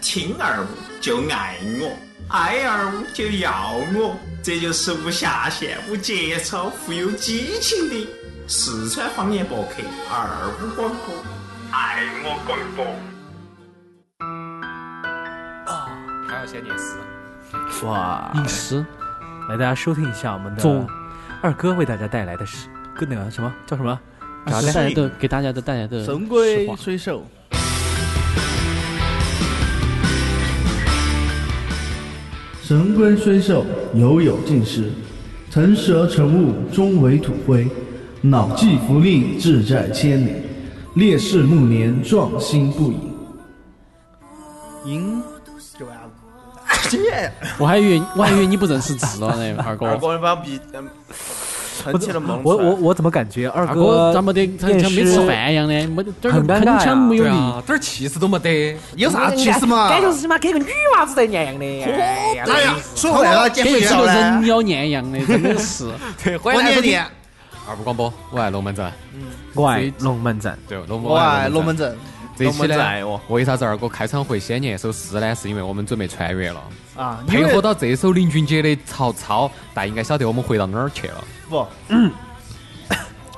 听二五就爱我，爱二五就要我，这就是无下限、无节操、富有激情的四川方言博客二五广播，爱我广播。还要先念诗。哇，吟诗，来大家收听一下我们的总二哥为大家带来的诗，跟那个什么叫什么？啊大啥家来？的给大家的带来的神实龟话水手，神龟水手，犹有竟时，腾蛇乘雾，终为土灰。脑际浮力，志在千里。烈士暮年，壮心不已。赢，就完了。我还以为我还以为你不认识字了呢，二二哥。哥，你把鼻嗯撑起了梦我我我怎么感觉二二哥哥咋没得像像没吃饭一样的，没得这儿很尴尬呀铿锵没有对力。啊，点儿气势都没得。有啥气势嘛？感觉是妈跟个女娃子在一样的。哎呀哎呀，说回来了，减跟肥一只药个人呢？妖孽一样的，真的是。对，欢我迎来收年听年，二五广播，我爱龙门阵。我爱龙门阵，对，龙我爱龙门阵。哎阵这一期龙门阵爱呢，为啥子二哥开场会先念一首诗呢？是因为我们准备穿越了，啊！因配为合到这首林俊杰的《曹操》，大家应该晓得我们回到哪儿去了。不，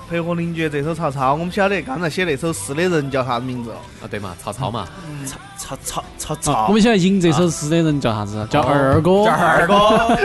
配合林觉这首《曹操》，我们晓得刚才写那首诗的人叫啥子名字了？啊，对嘛，曹操嘛，操操操我操！们现在吟这首诗的人叫啥子？叫二哥。二哥，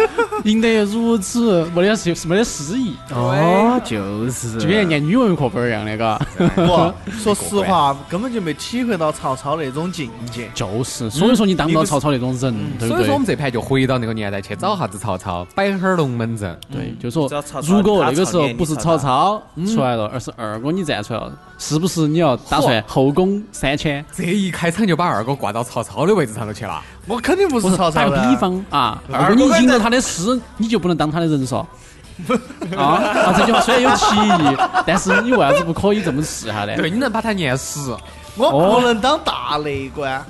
吟得如此没得是没得诗意，哦，就是就跟人家语文课本儿一样的，嘎。不，说实话，根本就没体会到曹操那种境界。就是，所以说你当不到曹操那种人，对不所以说我对们？这盘就回到那个年代去找啥子曹操，摆哈儿龙门阵。对，就说只要曹操如果那个时候他不是嗯曹操曹操出来了，而是二哥你站出来了，是不是你要打算后宫三千？这一开场就把二哥挂到曹操的位置上头去了。我肯定不不是是曹打操个的。比，方啊，二如果你哥赢在了他的诗，你就不能当他的人嗦。啊啊！这句话虽然有歧义， 但是你为啥子不可以这么试下呢？对，你能把他念死。我不能当大内官，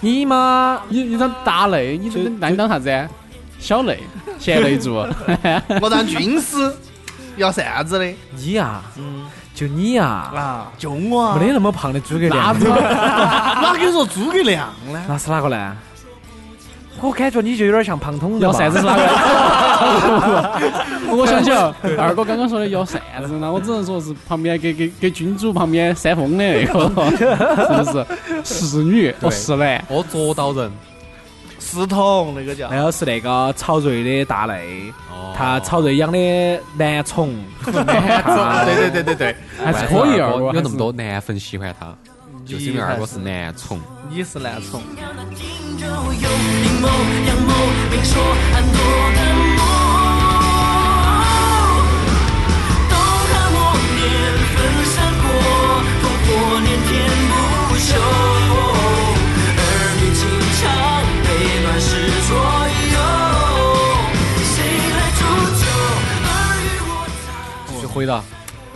你妈！你你当大类，你那你当啥子啊？小类，贤内助。我当军师，要啥子的你呀、就你呀、啊？就我啊没得那么胖的诸葛那亮， 子，哪跟你说诸葛亮呢？那是哪个呢？我感觉你就有点像胖筒子摇吧扇子是哪 个？ 我想起 了二哥刚刚说的摇扇子，那我只能说是旁边给给给君主旁边扇风的那 个，是不是？侍女对哦，侍男。哦，捉到人。侍童那个叫然后是那个曹睿的大内，哦他曹睿养的 男宠，哎啊 他对对对对对，还是可以二二哥哥有那么多男粉喜欢他，就是因为二哥是男宠。你是男宠，就回到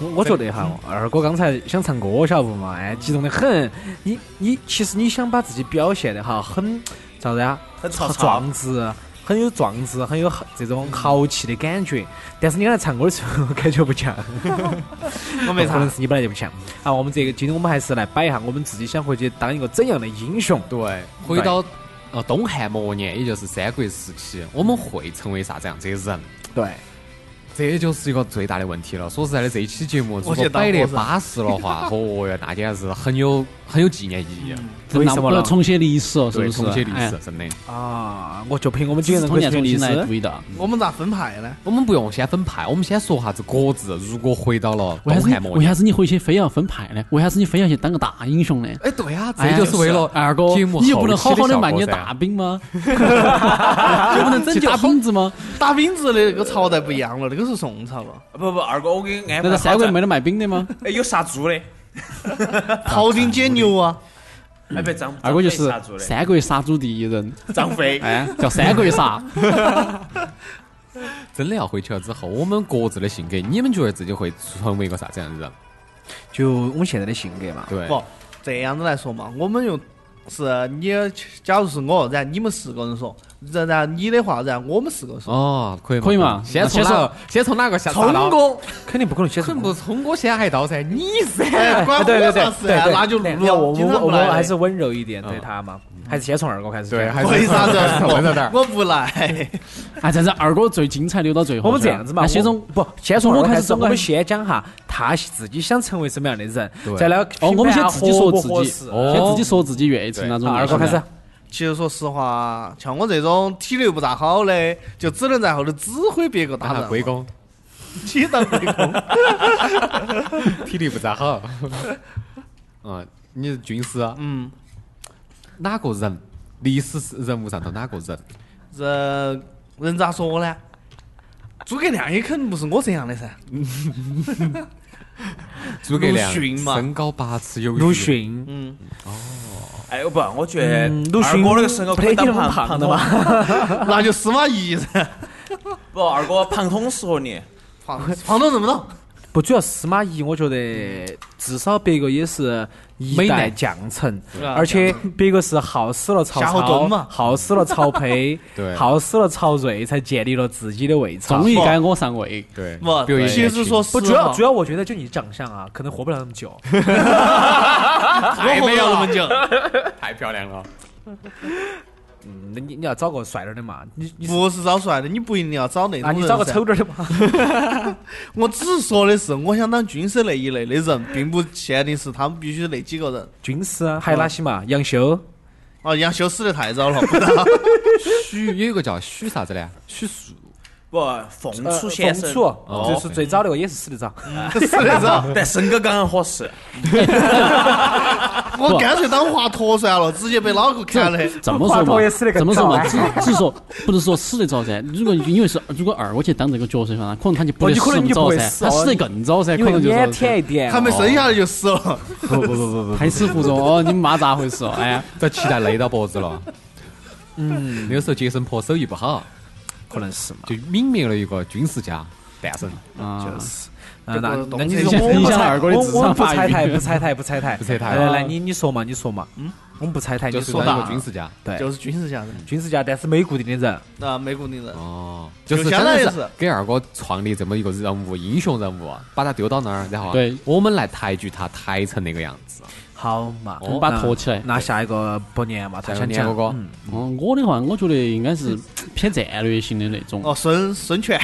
我我觉得哈，二哥刚才想唱歌，晓得不嘛？哎，激动的很。你你其实你想把自己表现的哈，很咋子呀？很曹操，壮志，很有壮志，很有豪这种嗯豪气的感觉。但是你刚才唱歌的时候感觉 不像，我没可能唱。是你本来就不像。啊，我们这个今天我们还是来摆一下我们自己想回去当一个怎样的英雄。对，回到呃东汉末年，也就是三国时期，我们会成为啥子样子的人？对，这就是一个最大的问题了。说实在的，这一期节目如我果去当摆得和尚巴适的 话，哦哟，那简直是很有很有纪念意嗯义。啊为那什我么们要呢？重写历史哦，是对，不是？重写历哎史，，真的，啊，我就凭我们几只个是人从可以年学从历今来史。对的。我们咋分派呢？我们不用先分派，我们先说下子各自。如果回到了为东啥子汉你末为年啥，子你回去非要分派呢？为啥子你非要去当个大英雄呢？哎，对呀，哎这就是啊为了二哥，节目你就不能好好的的卖你的大饼吗？就不能拯救大饼子吗？大饼子的那个朝代不一样了，那个是宋朝了。不不，二哥，我给你安哎排难道三好国了。没得卖饼的吗？哎，有杀猪的，庖丁解牛啊，哎，不张二哥就张飞是杀猪的，三国杀猪第一人，张飞。哎，叫三国杀。真的要回去了之后，我们各自的性格，你们觉得自己会成为一个啥子样的人？就我们现在的性格嘛，对，不这样子来说嘛，我们用是你，假如是我，然后你们四个人说，然然你的话，然我们四个说，哦，可以可以嘛先那从先哪说个？先从哪个下？聪哥，哥，肯定不可能 先肯不聪哥先挨刀噻，你哎噻。管对对我对啥事啊？对对那就录那了，我经们常我不们来还是的。温柔一点对他嘛，还是先从二哥开始。 对， 还是为 啥子要从问到点儿？我不来，哎，这是二哥最精彩留到最后去了。我们这样子嘛，那先我从不先从我我开开始始，总我共们先讲哈他自己想成为什么样的人对，再来哦，我们先自己说自己，哦先自己说自己愿意吃哪种类型的。好，啊二哥开始，其实说实话，像我这种体力又不咋好的，就只能在后头指挥别个打打人。下龟公，你当龟公？体力不咋好。 嗯，你是军师，啊嗯，哪个人？历史人物上头哪个人？人人咋说呢？诸葛亮也肯定不是我这样的噻。诸葛亮鲁迅嘛身高八尺有余，鲁迅，嗯，哎，不，我觉得嗯鲁二迅哥那个身高可以当不得一定胖胖的吧？那就司马懿噻。不，二哥胖桶适合你。胖胖东怎么弄？不主要司马懿，我觉得至少别个也是一美代男，将臣，对而且别个是耗死了曹夏侯惇操嘛，耗死了曹丕对耗死了曹睿，才建立了自己的魏朝。终于该我上位。对，不，比如其言实情说实不，主要话主，要我觉得就你长相啊，可能活不了那么 久。我啊活不了那么久。太漂亮了，嗯，那你你要找个帅点的嘛，你你不是找帅的，你不一定要找那种啊人你找个噻丑点的嘛。 我只是说的是，我想当军师那一类的人，并不限定是他们必须那几个人。军师啊，还有哪些嘛？杨修，哦，杨修死得太早了，不然许有一个叫许啥子呢？许褚，不，凤嗯呃雏先生冯。楚哦就是最早那个也是死得早。死得早。 但身高刚刚合适， 我干脆当华佗算了，直接被 老哥砍了。这么说华佗也死得嘛，更这么说嘛，早只只是说不是说死得早噻。如果因为是如果二我去当这个角色的话，可能他就不得哦你可死能那你么就不早会噻，死他哦死得更早噻，可因为能就是腼腆一点，还没生下来就死哦了，不不不不不，胎死腹中哦，你妈咋回事哦？哎，这脐带勒到脖子了。嗯， 那个时候杰森婆手艺不好，可能是嘛。就泯灭了一个军事家诞生。啊，嗯，那这个那东你西是就我是们不像踩二哥的我智我商们不发育踩台，不踩台，不踩台，不踩台来来来，你你说嘛，你说嘛。嗯，我们不踩台，就你是说当一嘛。个军事家。对， 就是军事家人，军事家，但是没有固定的人。啊，没固定人。哦，就是就真相当于的是是给二哥创立这么一个人物，英雄人物，把他丢到那儿，然后啊对我们来抬举他，抬成那个样子。啊好嘛，我们把它哦那托起来那下一个伯年嘛，他下一个想年讲哥哥嗯嗯，我的话，我觉得应该是偏战略型的那种。哦，孙孙权，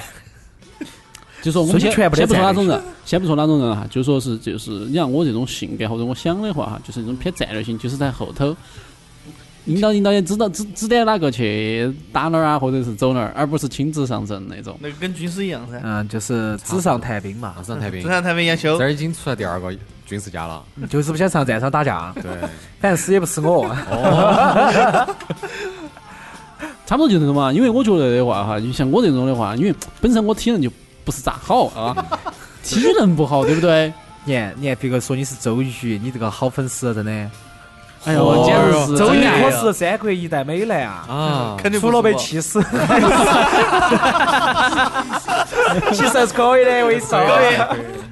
就说我们先孙权不得先不说战哪略种人，先不说哪种人哈，就说是就是你像我这种性格或者我想的话哈，就是那种偏战略性，就是在后头引导引导也知道指指点哪个去打哪儿啊，或者是走哪儿，而不是亲自上阵那种。那个跟军师一样噻。嗯，就是纸上谈兵嘛 马，啊上太平，正常太平杨修这，儿已经出来第二个军事家了。就是不想上战场打架， 对，反正死也不是我。差不多就这种嘛，因为我觉得的话哈，就像我这种的话，因为本身我体能就不是咋好啊，体能不好，对不对？你看，你看别个说你是周瑜，你这个好粉丝真的。哎呦，简直是周瑜哎可呀是三国一代美男啊，啊，肯定不除是了被我气 死，其实还是可以的，我跟你说。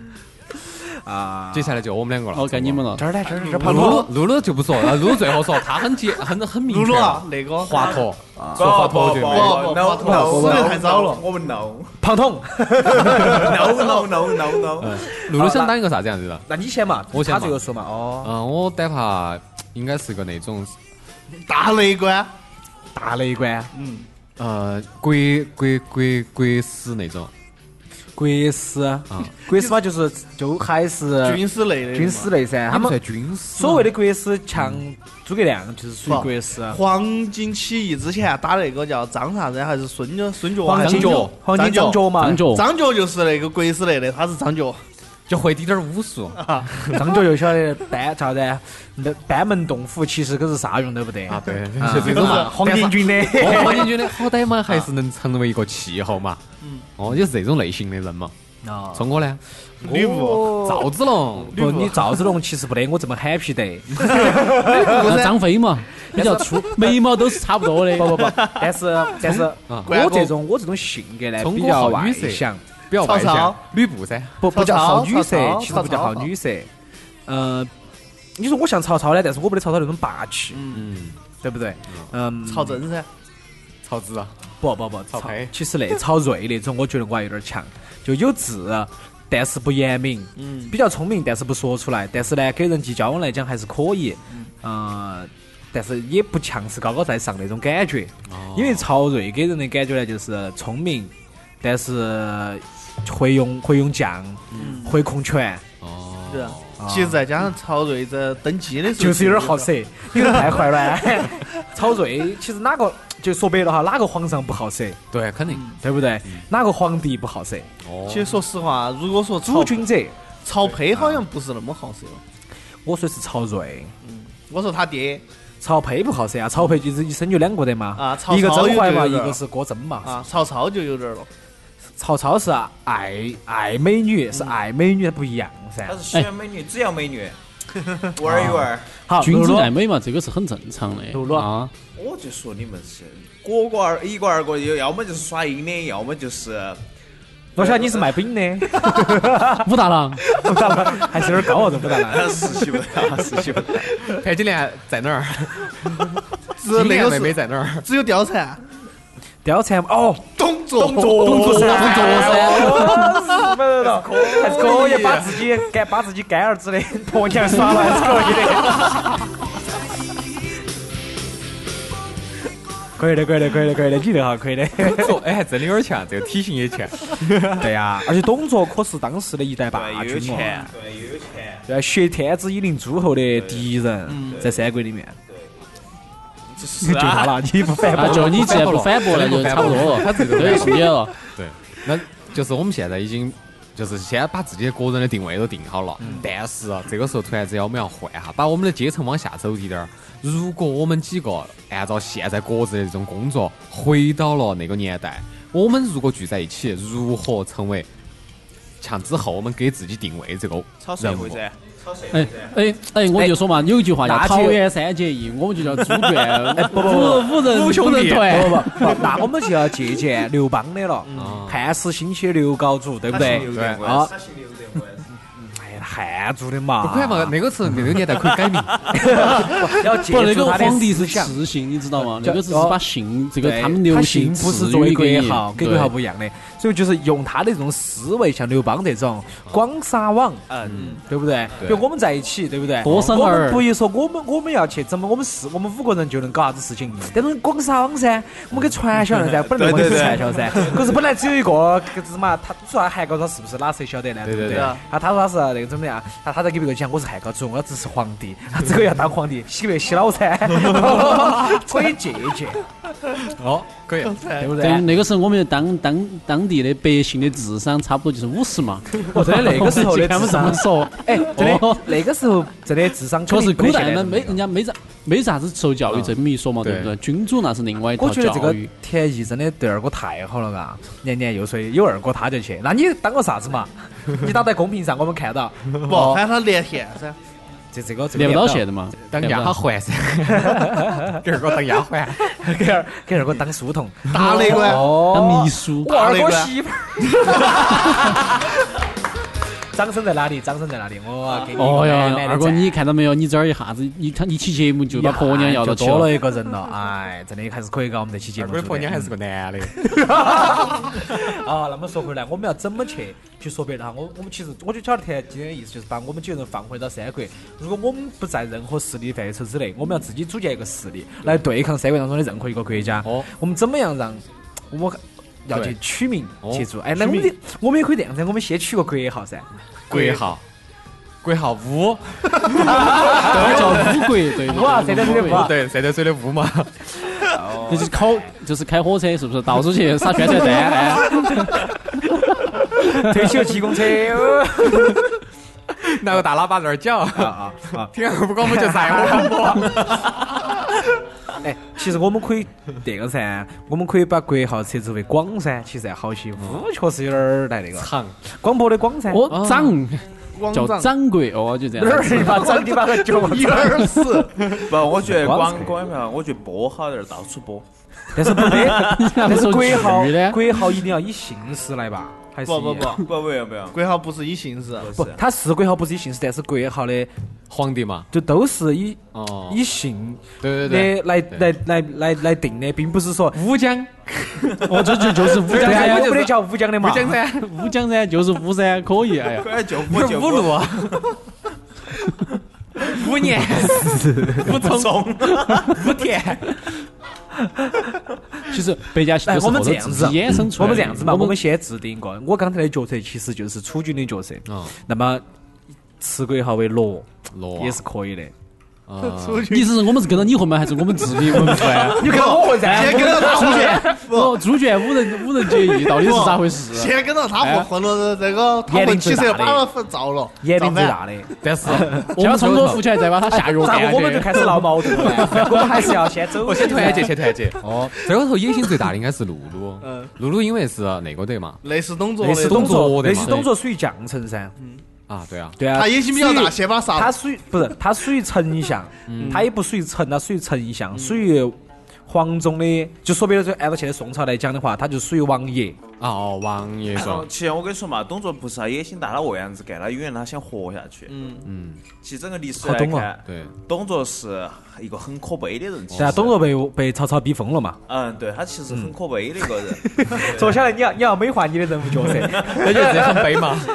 啊，接下来就我们两个了。哦，该你们了。这儿来，这儿来，这儿露露，露露就不说，露露最后说，她很结，很很明露确露啊，，那个华佗，说华佗就没有。不不，no 不不 no，死得太早了我们 no 胖桶。 no no no no no，嗯露露想当一个啥子样子的？那你先嘛，我先他嘛最后说嘛。哦，嗯，我胆怕应该是个那种大内官，大内官，呃国国国国师那种，国师啊，国师嘛就是就还是军师类的呃军师类噻，他他们们算军师。所谓的国师，像诸葛亮就是属于国师。啊黄巾起义之前打那个叫张啥子，还是孙角孙角啊？黄巾角黄金张角嘛，张 角张角就是那个国师类的，他是张角。就会滴点儿武术，张角又晓得班啥子，那班门弄斧其实可是啥用都不得啊，对，啊就这种嘛。黄巾军的。我我就觉得好歹嘛，还是能成为一个气候嘛。嗯。哦，也是这种类型的人嘛。啊聪哥呢？吕布，赵哦子龙，不，你赵子龙其实不得我这么 happy 的，那啊张飞嘛，比较粗，眉毛都是差不多的。不不不， 但是 但是嗯啊我这种我这种性格呢聪比哥较好外女色向，比较外曹操向，吕布噻。不不曹叫操好女曹色，操其实曹不叫操好吧女色，呃，你说我像曹操呢，但是我不得曹操那种霸气，嗯，嗯，对不对？嗯，曹真噻，曹植啊，不不不，曹丕其实那曹睿那种，我觉得我还有点强，就有智，但是不言明，嗯，比较聪明，但是不说出来，但是呢，给人际交往来讲还是可以，嗯，但是也不强势高高在上那种感觉，哦哦因为曹睿给人的感觉呢就是聪明，但是会用会用将，会控拳，哦，是啊其实再加上曹睿在登基的时候，就是有点好色，有点太坏了。曹睿其实哪个就说白了哈，哪个皇上不好色，对，肯定，对不对？哪个皇帝不好色？哦，其实说实话，如果说曹主君者，曹丕好像不是那么好色，我说是曹睿，我说他爹曹丕不好色啊，曹丕就是一生就两个的嘛，啊曹一个操甄有嬛嘛，这一个个是郭贞嘛。啊，曹操就有点儿了。曹操是爱爱美女，是爱美女不一样噻他。是喜欢美女，只要美女，玩一玩。好，君露子露爱美嘛，这个是很正常的。露露啊，我就说你们是各个二一个二个，要么就是耍阴的，要么就是我晓得你是卖饼的，武大郎，还是有点高傲，这不大。实习不到，实习不到。潘金莲哎在哪儿？只金那莲个妹妹是在哪儿？ 只有貂蝉，貂蝉哦，董卓，董卓噻，董卓噻，不不不，还是可以把自己干把自己干儿子的婆娘耍了，还是可以的。可以的，可以的，可以的，可以的，你这哈可以的。说，哎，还真的有点强，这个体型也强。对呀、而且董卓可是当时的一代霸对，又有君哦，钱，对，又有钱。对啊，挟天子以令诸侯的第一人，嗯在三国里面，是就他啊，了，你不反啊，驳？就你既然不反驳了，就差不多了，他自己都对，是你了。对，那就是我们现在已经就是先把自己个人的定位都定好了，但是啊这个时候突然之间我们要换一下，把我们的阶层往下走一点儿。如果我们几个按照现在各自的这种工作，回到了那个年代，我们如果聚在一起，如何成为？像之后我们给自己定位这个炒社人会物，噻，炒社会哎噻。哎哎，我就说嘛，有一句话叫那“就桃园三结义”，我们就叫猪圈，不不五五人五兄弟人不团。不不，那我们就要借鉴刘邦的了，汉室兴起的刘高祖，对不对？对啊他姓刘的，我也是哎呀，汉族的嘛，不管嘛，那个时候那个年代可以改名，要借不，那助个他的皇帝思是想。赐姓，你知道吗？叫那个只是哦把姓这个对他们刘他姓姓不是赐作为予国给号，跟国对号不一样的，所以就是用他的这种思维，像刘邦这种广撒网，嗯，对不对？对比如我们在一起，对不对？多生我儿们不是说我们我们要去怎么，我们四我们五个人就能搞啥子事情？但是广撒网噻，我们给传销了噻，本来我们对给对传销噻。可是本来只有一个，可是嘛，他你说他汉高祖是不是哪谁晓得呢？对不对对对啊，他说他是那个怎么样？他他在给别个讲我是汉高祖，我要支持皇帝，他这个要当皇帝，洗白洗脑噻， 可以借鉴， 哦，可以，对不对？对，那个时候我们当当当地的百姓的智商差不多就是五十嘛。我真的那个时 候的他智们这么商，说， 哎，真的哦那个时候真的智商确肯实定不古得代现在嘛，这没么高，人家没啥没啥子受教育这么一说嘛，对对不对？君主那是另外一套我觉得这教个育。田毅真的对二哥太好了嘎，年年又说有二哥他就去，那你当个啥子 嘛？你打在公屏上我们看到，哦不，喊他连线噻。这这个这个连不到线线，的嘛，当连不丫到鬟 噻，给二哥当丫鬟，给二给二哥当书童，大内官当哦秘，书我，二大内哥官媳妇儿。 掌声在哪里？掌声在哪里？我给你一个哦满满哟，的二哥，赞你看到没有？你这儿一下子，一他一期节目就把婆娘要到哎就起多了了。一个人了，哎，真的还是可以搞我们这期节 二目做哥的的。婆娘还是个男的， 啊，那么说回来，我们要怎么去去说白了哈？我我们其实我就晓得田今天的意思就是把我们几个人放回到三国，如果我们不在任何势力范畴之内，我们要自己组建一个势力来对抗三国当中的任何一个国家。哦，我们怎么样让我们要去对取名哦去做？哎，那我们的我们也可以这样噻，我们先取个国号噻。国号，国号五。对，叫五国，对，五啊谁的谁的五啊对，山点水的屋嘛，那 就是考，就是开火车，是不是？到处去撒宣传单，哎， 推起个骑公车，哦拿个大喇叭在那儿叫，啊啊啊！ 听二五广播就在我 广播。哎，其实我们可以这个噻，我们可以把国号设置为广噻，其实还好些。五确实有点儿来那个长，广播的广噻。我掌王叫长掌柜，哦，就这哪样儿子。你 把张你把个脚往一二四，不，我觉得光广广票，我觉得播好点儿，到处播。但是不得， 你咋但不是说国剧号呢？国号一定要以姓氏来吧？还是不不以不，不不用不用，鬼号不是以姓氏，不不是，他是鬼号不是以姓氏，但是鬼号的皇帝嘛，就都是以哦，以姓对对对，的来来来来来定的，并不是说乌江， 我这就就是乌江对啊，噻，有不得叫吴江的嘛？乌江噻，乌江噻，就是乌噻，可以，哎呀，快就不就不，路，五 年，五重，五田，其实百家姓哎，都是我们后头这样自子己，衍生出我来的。们这样子嘛，我我们们先制定一个。我刚才的角色其实就是楚军的角色，哦，那么吃鬼号为罗罗也是可以的。啊，意思是我们是跟着 你混吗？还是我们自己混出来？啊你 看我会噻，先跟到他混，哦，猪圈五人五人皆宜，到底是咋回事？啊先跟到他混，混了这个他年龄混最起大色的把他照了，年龄照最反大的，但是啊我们通过扶起来，再把他下药啊 咋干个我们就开始闹矛盾了？我们还是要先走。我哦先团 结，先团结。哦，这个头野心最大的应该是露露。嗯露露因为是那个的嘛。类似董卓类似董我卓，的类嘛似董卓属于将臣噻。啊，对啊，对啊，他野心比较属大，于先把他杀。属于不是，他属于丞相，他也不属于丞，他属于丞相，属于黄忠的。就说白了，就按照现在宋朝来讲的话，他就属于王爷。啊哦，王爷说其实我跟你说嘛，董卓不是他野心大，他为啥子干？他因为他想活下去。嗯嗯。其实整个历史来好懂看啊，对，董卓是一个很可悲的人。其对啊，实董卓被被曹操逼疯了嘛。嗯，对他其实很可悲的一个人。坐下来，你要你要美化你的人物角色。那就这很悲嘛。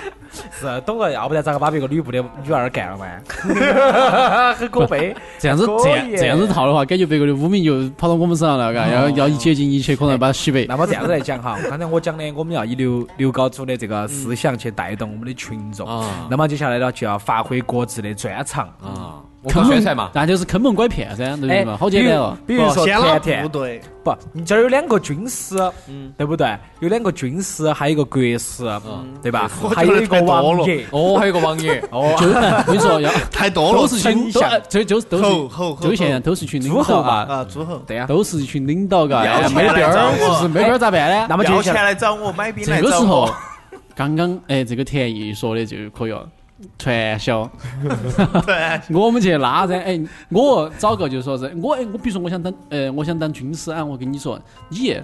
是董卓，要不然咋个把别个吕布的女儿干了 呢？很可悲。这样子可以这样这样子套的话，感觉别个的污名又跑到我们身上了，嘎，要要一竭尽一切可能把他洗白。那么这样子来讲哈，刚才我讲的，我们要以刘刘高祖的这个思想去带动我们的群众。啊那么接下来呢，就要发挥各自的专长。哎啊，我们宣传嘛，那就是坑蒙拐骗噻，对不对嘛？好简单哦。比如比如说先甜拉甜部，队，不，你这儿有两个军师，嗯对不对？有两个军师，还有一个国师，对吧？还有一个王爷。哦，还有个王爷，哦，就是我跟你说，要太多都了。是群，丞都相这就是都吼是吼吼就现在都是一群领诸导侯嘛，啊，啊，诸侯，对呀。都是一群领导，嘎，要哎呀钱没来边找儿，我就是没边儿咋办呢？那么要接下钱来，来找我，买兵来这个找时候我。，刚刚哎，这个田毅说的就可以了，传销。我们去拉噻，哎，我找个就说是我，哎，我比如说我想当，呃，我想当军师啊，我跟你说，你，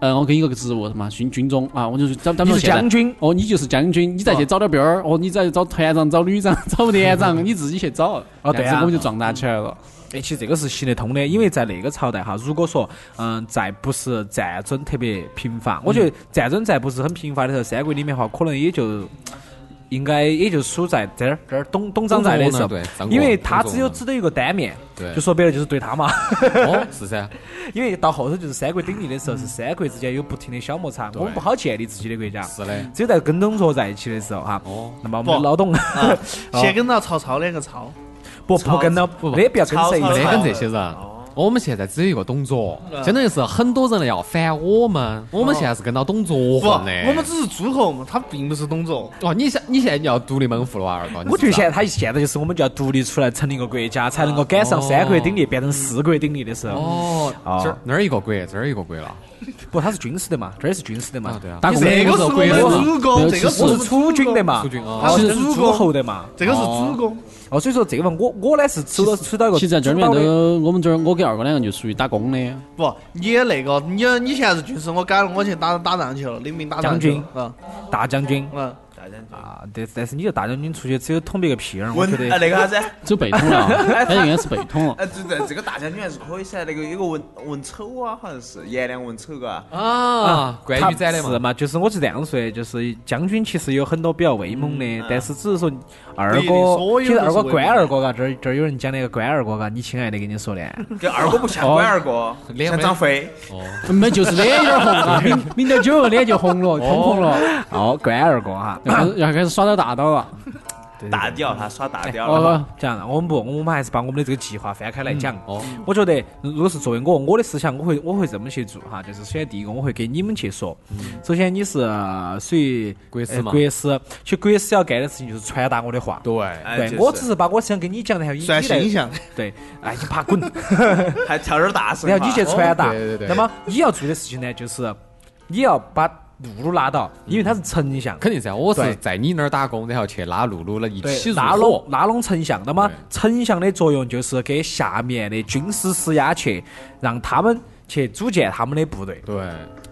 呃，我给你个职务什么军军中啊，我就去找咱你们是现在将军，哦，你就是将军，你再去找点兵儿，哦，你再去找团长、找旅长、 找连长，你自己去找。哦对啊这样子我们就壮大起来啊了。哎，其实这个是行得通的，因为在那个朝代哈，如果说，嗯，在不是战争特别频繁，我嗯觉得战争在不是很频繁的时候，三国里面的话，可能也就应该也就数在这儿这儿董董璋在的时候董卓呢对张，国因为他董卓只有呢只得一个单面，对就说白了就是对他嘛。 哦，是噻，因为到后头就是三国鼎立的时候，嗯是三国之间有不停的小摩擦，我们不好建立自己的国家。是的，只有在跟董卓在一起的时候哈，哦啊那么我们的不老董 哦先跟到曹操两个操，不不跟了，不没必要跟谁一没起得跟这些人。我们现在只有一个董卓，相当于是很多人要反我们，我们现在是跟到董卓不，混的。我们只是诸侯嘛，他并不是董卓。哦，你现你现在你要独立门户了哇，二哥？你我觉得知道现在他现在就是我们就要独立出来，成立一个国家，才能够赶上三国鼎立，变成四国鼎立的时候。哦，哦这儿那儿一个鬼，这儿一个鬼了。不，他是军事的嘛，这儿也是军事的嘛啊，对啊打打工工这个是我我们主公，这个我我是楚军的嘛，楚军哦他他是是诸诸侯侯的嘛。这个是主公，哦，所以说这个嘛，我我呢是处到处到一个其实在这儿主面导的都，我们这儿我跟二哥两个就属于打工的。不，你也那个，你你现在是军师，我改了，我去打打仗去了，领兵打仗去了。嗯大将军嗯，大家啊，但但是你这大将军出去只有捅别个屁眼儿，我文觉啊得那个啥子？走背通了， 他应该是背通了。哎，这这这个大将军还是可以噻，那个有个文文丑啊，好像是颜良文丑嘎。啊，关他羽宰的是嘛，嘛？就是我是这样说的，就是将军其实有很多比较威猛嗯的，啊但是只是说二不一定哥，所其有实都二是哥威关猛二哥嘎，这儿这儿有人讲那个关二哥嘎，你亲爱的跟你说的， 跟二哥不哦像，管二哥脸像没张飞。没，就是脸有点红 啊，抿抿点酒脸就红了，通红 了，哦，关二哥哈， 然后然后开始耍点大刀了。大屌，他耍大屌哦哎了。这样，我们不，我们还是把我们的这个计划翻开来讲。哦，我觉得，如果是作为我，我的思想，我会我会这么去做哈，就是首先第一个，我会给你们去说。首先你是呃属于嗯国师呃嘛国师，其实国师要干的事情就是传达我的话。对，哎对，就是我只是把我想跟你讲的，还有你算你来形象。对，哎，你爬滚，还跳点大神嘛。然哎后你去传达。 哦对对对那么你要做的事情呢，就是你要把露露拉到，因为他是丞相，肯定噻，我是对在你那儿打工，然后去拉露露了一起对，入拉拢伙。拉拢丞相。那么对丞相的作用就是给下面的军师施压去，让他们去组建他们的部队。对，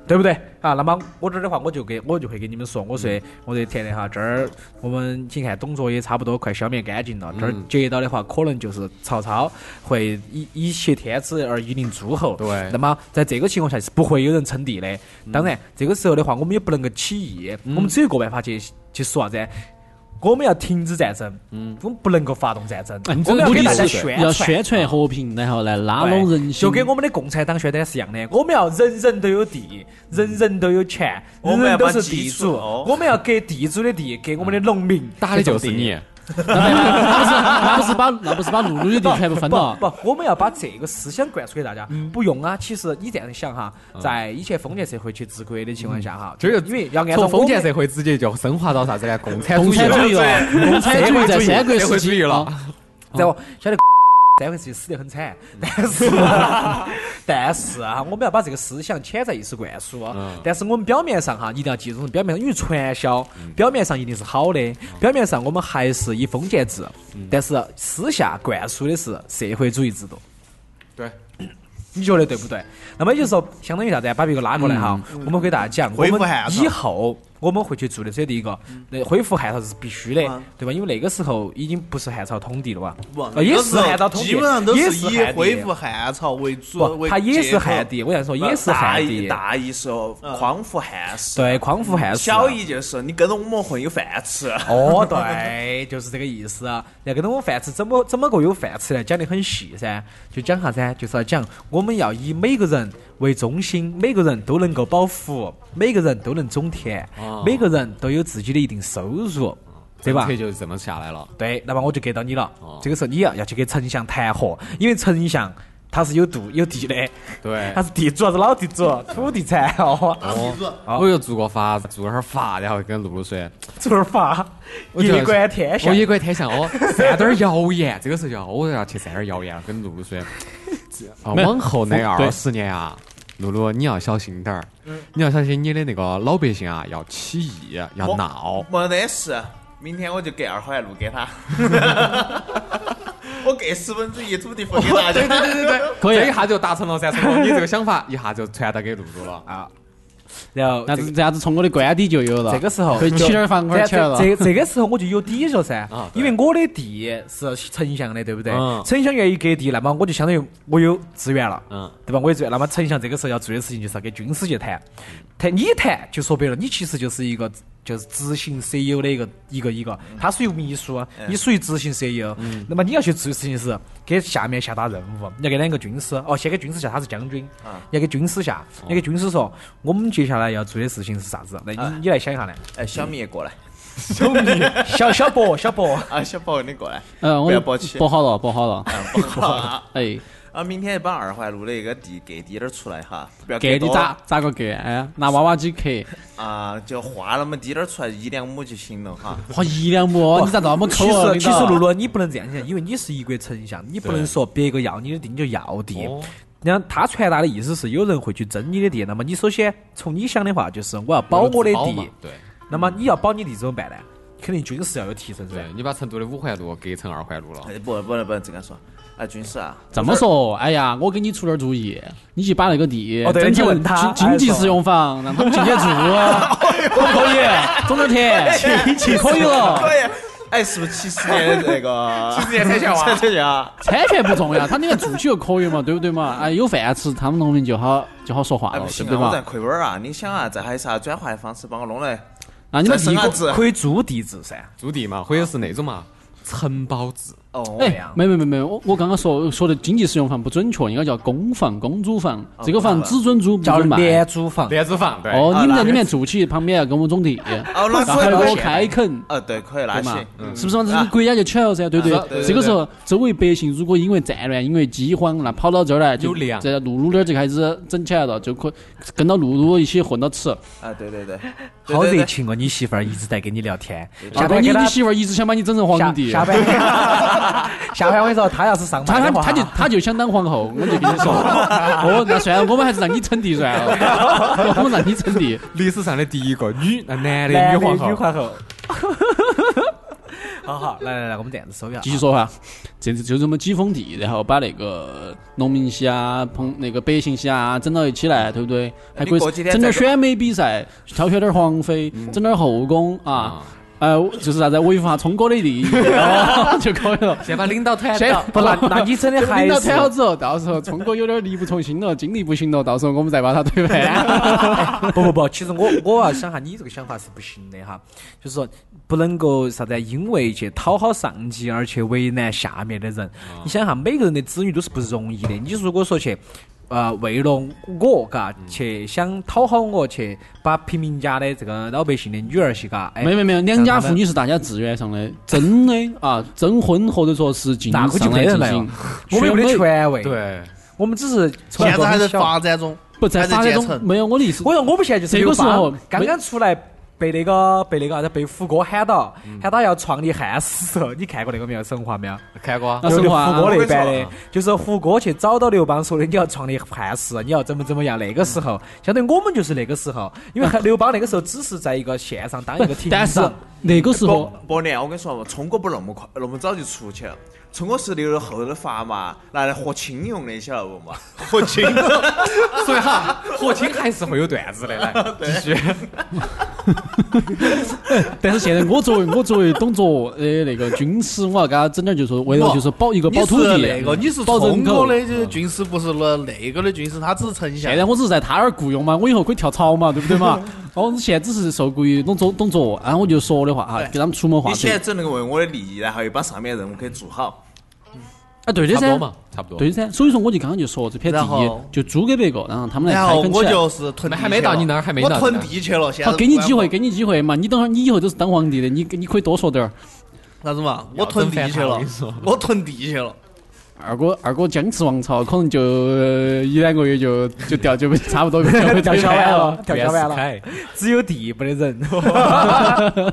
对不对啊？那么我这儿的话，我就给我就会给你们说，我嗯说我这甜的哈，这儿我们请看董卓也差不多快消灭干净了，嗯这儿接到的话，可能就是曹操会以以挟天子而以令诸侯。对那么在这个情况下是不会有人称帝的。嗯当然，这个时候的话，我们也不能够起义，我们只有一个办法去去说啥子。我们要停止战争，嗯，我们不能够发动战争，啊你我这们个要目给的大家是宣要传宣传和平，然后来拉对拢人心，就跟我们的共产党宣传是一样的。我们要人人都有地，人人都有钱，我人们人要都把是技地术主哦，我们要给地主的地，给我们的农民。打的就是你。 那不是把那不是把露露的地全部分 了？不，不我们要把这个思想灌输给大家。不用啊，其实你这样想哈，在以前封建社会去治国的情况下哈，这个因为要按照嗯从封建我们社会直接就升华到啥子呢？共产共主义产主了，义了，共产主义在三国社时会主期义了。啊在我晓得三回事情死得很惨，但是但是啊，我们要把这个思想潜在意识灌输啊。但是我们表面上哈，一定要记住，表面上因为传销，表面上一定是好的，表面上我们还是以封建制，但是私下灌输的是社会主义制度。对，你觉得对不对？那么也就是说，相当于啥子啊？把别个拉过来哈，我们给大家讲，我嗯恢复们汉朝以后我们会去做的，这是第一个，那恢复汉朝是必须的，嗯对吧？因为那个时候已经不是汉朝统治了吧？不啊也是汉朝统治，基本上都也是是以汉地恢复汉朝为主不，，它也是汉地。地。我想说，也是大汉义地，大意是哦匡扶汉室，对，匡扶汉室。啊小义就是你跟着我们混有饭吃。哦，对，就是这个意思啊。那个等我饭吃怎么怎么个有饭吃呢？讲得很细噻，就讲啥噻？就是要讲我们要以每个人为中心，每个人都能够保福，每个人都能种田，哦每个人都有自己的一定收入，对吧政策？就是这么下来了。对，那么我就给到你了。哦这个时候你要要去给丞相谈和，因为丞相他是有度有地的，对 他是地主，他是老地 主，土地产哦，哦，我又做过法，做点儿法，然后跟露露说，做法，我就夜观天下我。一观天象 哦，散点儿谣言。这个时候就要我啊要去散点儿谣言，跟露露 说，啊，没有往后那对二十年啊，露露你要小心点儿，你要小心你的那个老百姓啊要起义要闹。哦没得事，明天我就给二号来录给 他。我给四分之一土地分给大家。可以这一下就达成了噻，成龙，你这个想法一下就传达给露露了 啊。然后那这个这这样子从我的观点就有了。这个时候可以起点儿房管起来了。这这这个时候我就有底了噻啊，对因为我的地是丞相的，对不对嗯？丞相愿意给地，那么我就相当于我有资源了，嗯对吧？我有资源，那么丞相这个时候要做的事情就是要跟军师去谈，谈你谈就说白了，你其实就是一个。就是执行 CEO 的一个一个一个，他属于秘书，啊你属于执行 CEO。那么你要去做的事情是给下面下达任务，你要给两个军师，哦，先给军师下，他是将军，要给军师下，要给军师说，我们接下来要做的事情是啥子？来，你你来想一下呢？哎，小米也过来 小小博，小博，啊，小宝你过来。嗯，我不要抱歉不好了， 不好了。嗯不好啊，哎，啊， 明天把二环路的一个地给滴点儿出来哈，不要给多你咋咋个给？哎，拿娃娃机克，啊，就花那么滴点儿出来，一两亩就行了哈。 花一两亩，你咋那么抠哦其啊？实领其导实露露，你不能这样想，因为你是一国丞相，你不能说别个要你的地你就要地。哦然后他传达的意思是，有人会去争你的地，那么你首先从你想的话，就是我要保我的保嘛地，对那么你要保你地怎么办呢？肯定军事要有提升噻对。，你把成都的五环路隔成二环路了。哎不不能不能这样说，啊，军师啊，这么说，哎呀，我给你出点主意，你去把那个地哦对整你成问他经经济哎适用房，让他们进去住，啊 可不可以？种点哎田，可以了。可以。哎，是不是七十年的那 个？七十年产权 娃产权啊！产权不重要，他那个住起就可以嘛，对不对嘛？哎，有饭吃，他们农民就好就好说话哎，不，了哦对行不啊，对我在嘛？亏本儿啊！你想啊，这还有啥转换方式帮我弄来？啊，你再们帝生国个子可以租地制噻，租地嘛，或者是那种嘛承包制，哦，哎，没没没没，我我刚刚说说的经济适用房不准确，应该叫公房、公租房。哦这个房只准租不叫准卖廉。租房。廉租房对。哦，啊你们那在里面还住起，旁边要给我们 种地，哦，那然后还要可给以我开垦。呃，对，可以，那对嗯嘛行，，是不是嘛？这个国家就起来了噻，对不啊对啊对？对这个时候，周围百姓如果因为战乱、因为饥荒，那跑到这儿来，就有粮在露露那儿就开始整起来了，就可跟到露露一起混到吃。啊，对对对，对好对热对情哦，你媳妇儿一直在跟你聊天。下下班班你给啊你他媳妇儿一直想把你整成皇下帝， 下她班，下班我跟你说，他要是上班她的话，她就她就想当皇后，我就跟 你说，哦，那算了，我们还是让你称帝算 了，我们让你称帝。历史上的第一个女，那男的男女的皇女后。皇后。 好好，来来来，我们这样子收一下。继续说哈，这就这么几封地，然后把那个农民虾、朋那个百姓虾整到一起来，对不对？还可以你过几天整点再选美比赛，挑选点皇妃，嗯整点后宫啊，呃，就是啥子违法冲哥的利益 哦就可以了。先把领导团先到，不那那你真的还 领导是谈好之后，到时候冲哥有点力不从心了，精力不行了，到时候我们再把他推翻。哎不不不，其实我我要想下你这个想法是不行的哈，就是说不能够啥子，因为去讨好上级而去为难下面的人。啊你想哈，每个人的子女都是不容易的。你如果说去，呃，为了我嘎嗯去想讨好我去把平民家的这个老百姓的女儿些嘎， 哎没，有没有没有，两家妇女是大家自愿上的，真的啊，征婚或者说是进那上估计来没人进来行了，我们又没得选美权威，，对，我们只是从现在还在小。发展中，不在还在发展建中成。没有我的意思，我说我们现在就是这个时候刘邦刚刚出来被那个被那个啥子被胡歌喊到，嗯喊他要创立汉室时候，你看过那个没有？神话没有？看过啊那就是神话胡歌那版我跟你的啊说，就是胡歌去找到刘邦说的，你要创立汉室，你要怎么怎么样。那个时嗯候，相当于我们就是那个时候，因为刘邦那个时候只是在一个线上当一 个不啊亭但是长。那个时伯候，伯年，啊我跟你说嘛，聪哥不那么快，那么早就出去了。聪哥是留了后头的砝码拿来和亲用的，晓得啊不嘛？和亲，所以哈，火青还是会有段子的，来继续。但是现在我 作为我作为董卓的那个军师，我要给他整点，就是说为了就是保一个你保土是地，啊那个，你是保人中口国。的就是军师，不是那那个的军师，他只是丞相嗯现。在我只是在他那儿雇佣嘛，我以后可以跳槽嘛，对不对 嘛？哦，我现在只是受雇于董卓董卓，然后我就说的话啊，给他们出谋划你现策在。只能为我的利益，然后又把上面的任务给做好。啊，对的差不噻多，嘛，差不多。对的噻。所以说，我就刚刚就说这片然地后就租给别个，然后他们来然开后垦起我来。就是囤地去了，还没到你那儿还没到你那我儿囤地去了，现在好，给你机会，不管给你机会嘛！你等会儿，你以后都是当皇帝的，你你可以多说点儿。我啥子嘛？我囤地去了要真烦他，我囤地去了。二哥，二哥僵持王朝可能就呃一两个月就 就掉就差不多 就被掉推下翻来了 了，。掉下来了，只有地不得人。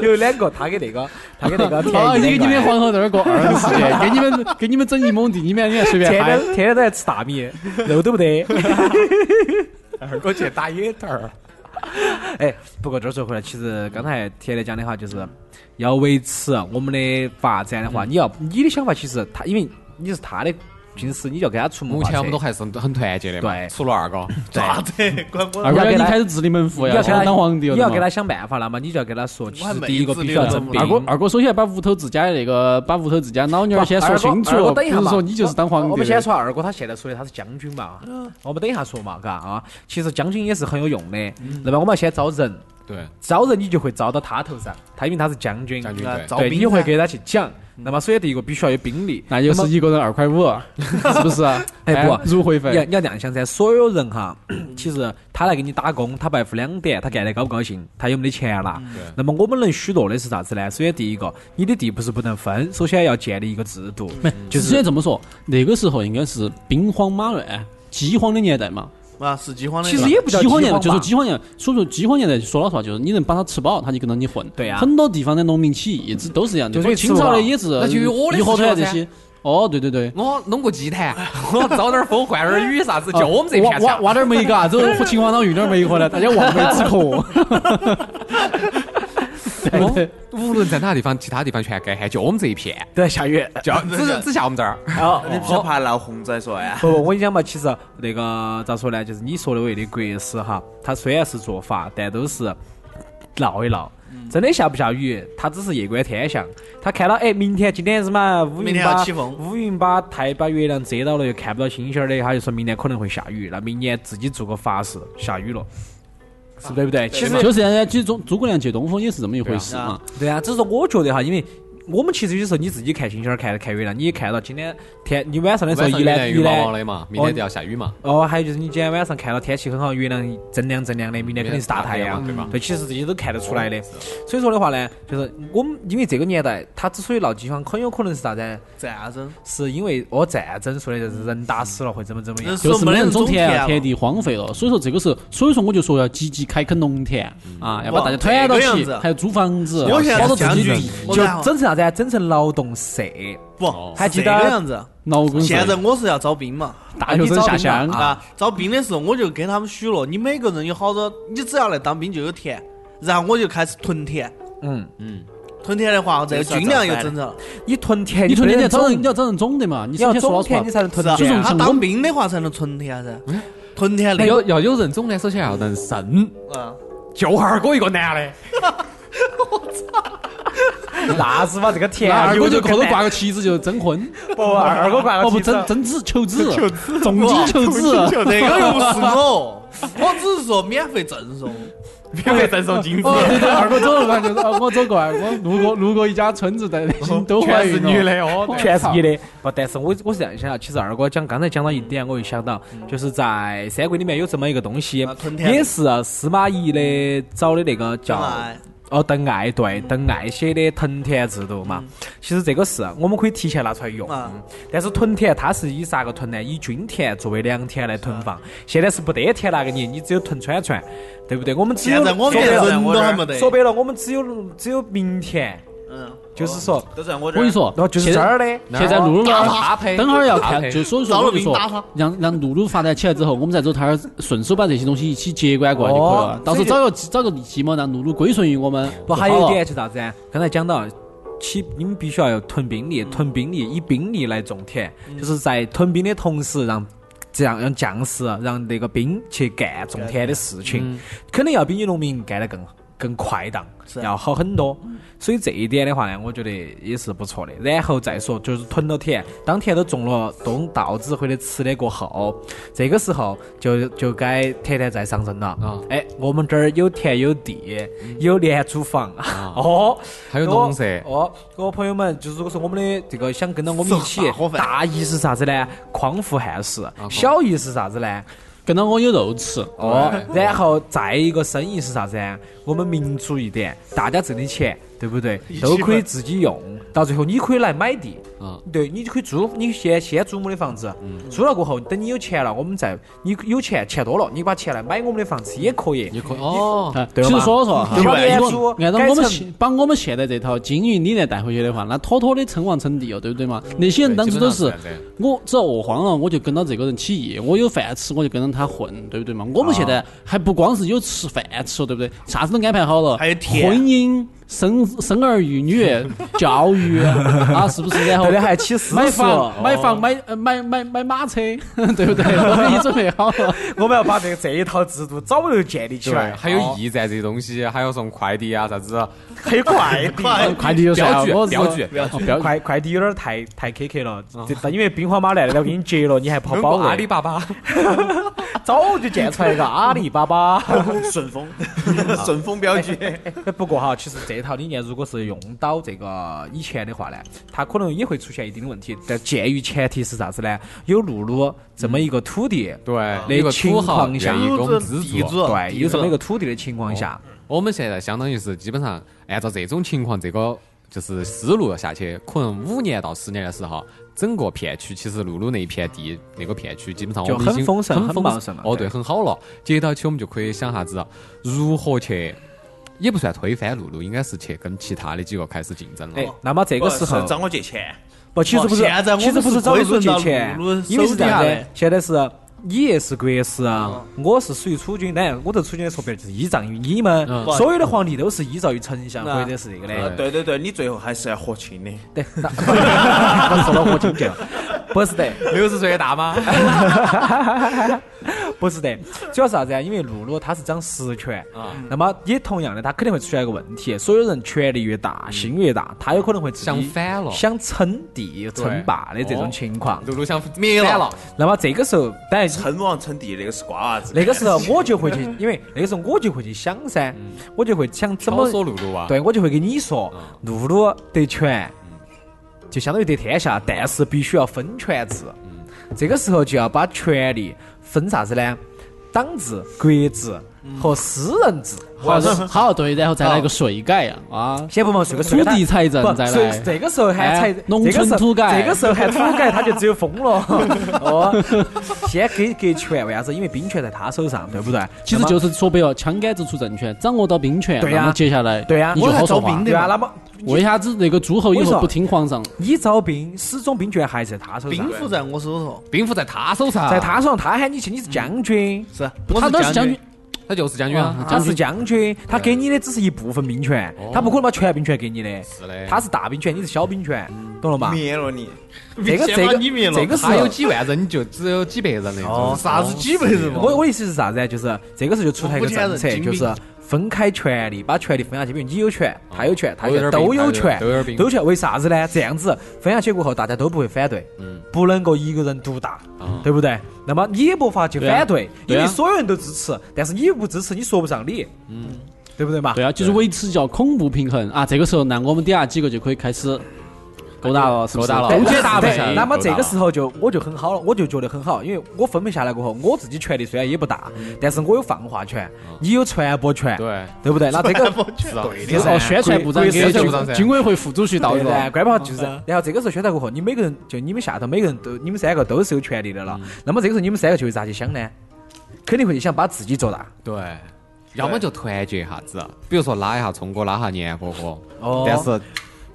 有两个，他给那个，他给 那个啊！田你给你一两们块黄河那儿过二十世界，给你 们给你们整一亩地，你们你还随便天嗨。天天天都在吃大米，肉都不得。二哥去打野兔儿， 哎，不过这儿说回来，其实刚才铁铁讲的话，就是要维持我们的发展的话，你要你的想法，其实他因为你是他的军师，你就要给他出谋目划前策我们。都还是很团结的嘛，对除了二哥，啊咋的？关我二要哥，给你他开始治理门户呀，你要给他想当皇帝了你要嘛给他想办法了嘛，你就要给他说，其我还实没第一个治必须理要了征怎么兵。二哥，二哥，首先把屋头自家的那个，把屋头自家老妞儿先不说二哥清二楚，哥不等一下是嘛说你就是当皇帝的。我们先说二哥，他现在说的他是将军嘛，嗯我们等一下说嘛，嘎啊，其实将军也是很有用的。嗯那么我们要先招人，对，招人你就会招到他头上，他因为他是将军，将军啊对。招对，兵你会噻给他去讲。那么首先第一个必须要有兵力，那就是嗯那么一个人二块五，是不是 啊？哎不入会费你要。你要这样想噻，所有人哈， 其实他来给你打工，他白付两点，他干得高不高兴，他有没得钱拿。嗯那么我们能许诺的是啥子呢？首先第一个，你的地不是不能分，首先要建立一个制度，嗯就之前是这么说，那个时候应该是兵荒马乱、饥荒的年代嘛。啊，是饥荒的。其实也不叫饥荒年代，饥就荒吧是饥荒年代。所以说饥荒年代，说老实话，就是你能把它吃饱，他就跟着你混。对啊很多地方的农民起义这都是一样的。就是因为清朝吃不的饱也是，那就有我的义和团事情这了噻些。哦，对对对。我弄个祭坛， 我招点风，换点雨，啥子，就啊我们这挖片挖墙。挖点煤 嘎，走秦皇岛运点煤回来，大家望梅止渴。 对对我无论在哪个地方，其他地方全干旱，就我们这一片，对下雨。 就哦只只下我们这儿。啊，你 不是怕闹洪灾说呀？不不，我跟你讲嘛，其实那个咋说呢？就是你说的为的国师哈，他虽然是做法，但都是闹一闹。真的下不下雨，他只是夜观天象。他看到哎，明天今天是嘛乌明云天要把起风乌云把太把月亮遮到了，又看不到星星儿的，他就说明天可能会下雨。那明年自己做个法事，下雨了，是对不对？其实就是现在，其实中诸葛亮借东风也是这么一回事嘛。对啊，只是说我觉得哈，因为。我们其实有时候你自己看星星儿、看看月亮，你也看到今天天，你晚上的时候晚上一有来点一雨来毛毛的嘛，明天就要下雨嘛。哦，还有就是你今天晚上看到天气很好，月亮锃亮锃亮的，明天肯定是大太阳，明天是大太阳对吧对，其实这些都看得出来的。所以说的话呢，就是我们因为这个年代，它之所以闹饥荒，很有可能是啥子？战争，是因为哦战争说的就是人打死了会怎么怎么样人。就是没没人人种田啊，田田地荒废了，所以说这个是，所以说我就说要积极开垦农田啊，要把大家团到这个起样子，还要租房子，啊我现在包括是自将己军人，我就然后整成啥子啊？整成劳动社，不，还是记这得个哦样子。劳工现在社我是要招兵嘛，大哎学生下乡，啊，招兵的时候我就给他们许诺，你每个人有好多，你只要来当兵就有田，然后我就开始囤田。嗯，屯田的话，这个这是要军粮又造反增长了。你屯田，你屯田你要招人，种你，要招人种的嘛，你你要先说种了出来田，你才能屯是啊，这田种啊。他像当我兵的话才能屯田噻，屯田那的要要有人种呢，首先要能生，啊，就二哥一个男的，那是把这个田那啊二有哥就就后头挂个旗子就征婚，不，二哥挂哦个不旗子征征子求子，重金求子，这个又不是我，我只是说免费赠送。免费赠送金 子，哦对对，二哥走了嘛，就是二哥走过来，我路过路过一家村子，在那心都怀全孕是了，女的哦， 全是你的。不，但是我我是这样想啊，其实二哥讲刚才讲到一点，我又想到，就是在三国里面有这么一个东西嗯啊屯，田也是司马懿的找的那个叫哎哦邓艾，对嗯邓艾写的屯田制度嘛。其实这个是我们可以提前拿出来用嗯啊，但是屯田它是以啥个屯呢？以军田作为良田来啊囤放。现在是不得田那个你，你只有屯川川，对不对？我们只有现在我们说白了人都还没得说白了，我们只有只有民田，嗯，就是说。都在我我这跟你儿。说，然后就是这儿的，现在露露打呢他呸等会儿要打他看，呸就所以说招了我就兵说打他，让让露露发展起来之后，我们再走他儿顺手把这些东西一起接管过来就可以了哦。到时候所找个找个地基嘛，让露露归顺于我们。不，就还有好了一点，是啥子啊？刚才讲到，起你们必须要有囤兵力，囤兵力以兵力来种田，就是在囤兵的同时让。这样让将士让那个兵去干种田的事情，肯定要比你农民干得更更快当，要好很多。所以这一点的话呢，我觉得也是不错的。然后再说就是囤了田，当田都种了种稻子或者吃的过后，这个时候就就该田田再上阵了。啊哎，我们这儿有田有地，有廉租房啊， 哦，还有农舍哦，我朋友们，就是如果说我们的这个想跟到我们一 起大伙，饭大意是啥子呢？匡扶汉啊室，小意是啥子呢？跟到我有肉吃。哦，然后再一个生意是啥子啊？我们民主一点，大家挣的钱，对不对？都可以自己用，到最后你可以来买地。嗯，对，你就可以租，你先先租我们的房子，租了过后，等你有钱了，我们再你有钱钱多了，你把钱来买我们的房子也可以。也可以哦，啊对其吧实说说哈，对如吧果连珠按照改我们成现把我们现在这套经营理念带回去的话，那妥妥的称王称帝哦，对不对嘛？那些人当初都基是本上是这样子我只要饿慌了，我就跟到这个人起义，我有饭吃我就跟着他混，对不对嘛？我们现在还不光是有吃饭吃哦，对不对？啥子都安排好了，还有田婚姻、生生儿育女、教育啊，是不是？然后对的，还起私买塾，房、买房、买呃买买买马车， 对不对？我们已经准备好了。我们要把这个这一套制度早就建立起对，来，还有驿站这些东西，还要送快递啊啥子，还有快递。快递就算了，镖局我是镖局镖哦镖局 快快递有点儿太太苛刻了，这但因为兵荒马乱的，我给你截了，你还跑包保括阿里卫，巴巴，早就建出来一个阿里巴巴。 顺丰，顺丰镖局， 不过哈，其实这套理念如果是用到这个以前的话呢，它可能也会出现一定的问题。但鉴于前提是啥子呢？有露露这么一个土地， 对，那那个情土豪况下愿意给我们资地助。主，对，有这么一个土地的情况下，我们现在相当于是基本上按照这种情况，这个就是思路下去，可能五年到十年的时候，整个片区其实露露那一片地那个片区，基本上我们就已很经丰盛很很茂盛了哦，对对，很好了。接到起我们就可以想啥子，如何去，也不算推翻露露，应该是去跟其他的几个开始竞争了。哎，那么这个时不是候找我借钱，不，其实不是哦现在，我们其实不是找露露归借顺钱到露露，因为是这手样的底下的，现在是你爷是国师啊，我是属于楚军，当然我这楚军的说白了就是依仗于你们，所有的皇帝都是依照于丞相嗯或者是这个的呃，对对对，你最后还是要和亲的。对，那 我说到我听见了，不是的， 六十岁的大妈，不是的，主要是啥子啊？因为露露她是掌实权啊，那么也同样的，她肯定会出现一个问题，所有人权力越大，心越大，她有可能会自己想反了想称帝、称霸的这种情况。露 露想灭了，那么这个时候，当然称王称帝那个是瓜娃子，那个时候我就会去，因为那个时候我就会去想噻，我就会想怎挑么嗯唆露露啊，对，我就会跟你说，嗯露露得权，就相当于得天下，但是必须要分权制。嗯这个时候就要把权力分啥子呢？党制、国制嗯和私人制。好好对，然后再来一个税改啊啊！先不忙，这个土地财政再来这个时候还哎才农这个村时候土改这个时候还土改，他就只有疯了。 哦，先给给权，为啥子？因为兵权在他手上，对不对？其实那么就是说白了，枪杆子出政权，掌握到兵权，对呀那么接下来对呀你就好说我还话招。兵对啊，那么为啥子那个诸侯以我跟你后说不听皇上？你招兵，始终兵权还是在他手上兵。符在我手头，兵符在他手上，在他手上，他喊你去，你是将军，是他我当时将将军，他就是将军啊，他是将军，他给你的只是一部分兵权，他不可能把全兵权给你的。是的嗯他是大兵权，你是小兵权，懂了吧？灭了你，这个先这把个你灭了这个是哦他有几万人，你就只有几百人那种。哦啥子几辈子嘛？我我意思是啥子呢？就是这个时候就出台一个政策，我不就承认是分开权利，把权利分下去。啊比如你有权，他有权，他有权，都有有点兵权，都有点兵都有权。为啥子呢？这样子分下去过后，大家都不会反对，嗯，不能够一个人独大嗯，对不对？那么你也没法去对啊反对，因对啊为所有人都支持，但是你又不支持，你说不上理，嗯，对不对嘛？对啊，就是维持叫恐怖平衡啊。这个时候，那我们底下几个就可以开始勾搭了，是不勾是？搭了勾勾肩搭搭背了。对，那么这够个大时候就我就很好了，我就觉得很好，因为我分配下来过后，我自己权利虽然也不大，但是我有放话权，你有传播权，对，对不对？那这个是啊，这是哦，宣传部长贵给贵宣传部长噻军军委会副主席道对一不对？个，关不好就是，然后这个时候宣传过后，你每个人就你们下头每个人都你们三个都是有权利的了。那么这个时候你们三个就会咋去想呢？肯定会想把自己做大。对，要么就团结一下子，比如说拉一下聪哥，拉下年哥哥。哦但是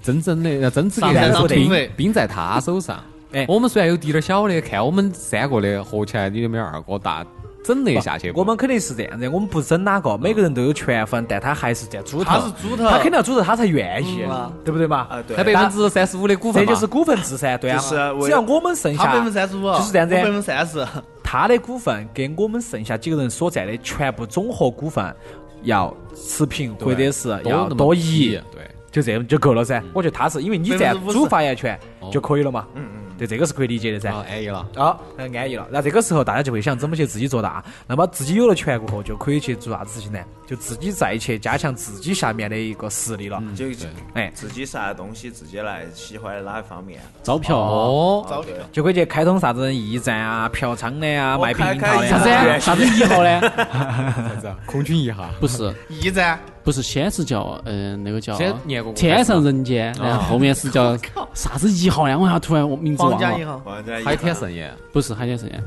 真正的呃真正的人上是不得兵兵在他手上。哎我们虽然有滴点儿小的，看我们三个的合起来，你就没有二哥大，整那下去不。我们肯定是这样子，我们不整哪个，每个人都有权分，但他还是在主头，他是猪头，他肯定要主头，他才愿意，对不对嘛？啊对才百分之三十五的股份这嘛就是股份制噻，对啊就是啊，我只要我们剩他下百分之三十五，就是这样子啊我百分之 三十，他的股份跟我们剩下几个人所占的全部总和股份要持平，对或者是要那么多一一，对，就这样就够了噻。我觉得他是因为你占50%主发言权就可以了嘛，嗯嗯，对，这个是可以理解的噻然后。安逸了。啊，那安逸了。那这个时候大家就会想怎么去自己做大。啊那么自己有了权过后，就可以去做啥子事情呢？就自己再去加强自己下面的一个实力了。就哎，自己啥东西自己来，喜欢哪一方面。啊招嫖。哦，招对，就可以去开通啥子驿站啊、嫖娼的啊、我卖避开孕套的开驿啊。啥子站啊？啥子一号呢？啥子啊？空军一下，不是，驿站不是，先是叫嗯、呃那个叫先念过天上人间，啊然后后面是 叫啥子一号呀？我一下突然我名字皇忘家银了，行，我在海天盛宴，不是海天盛宴，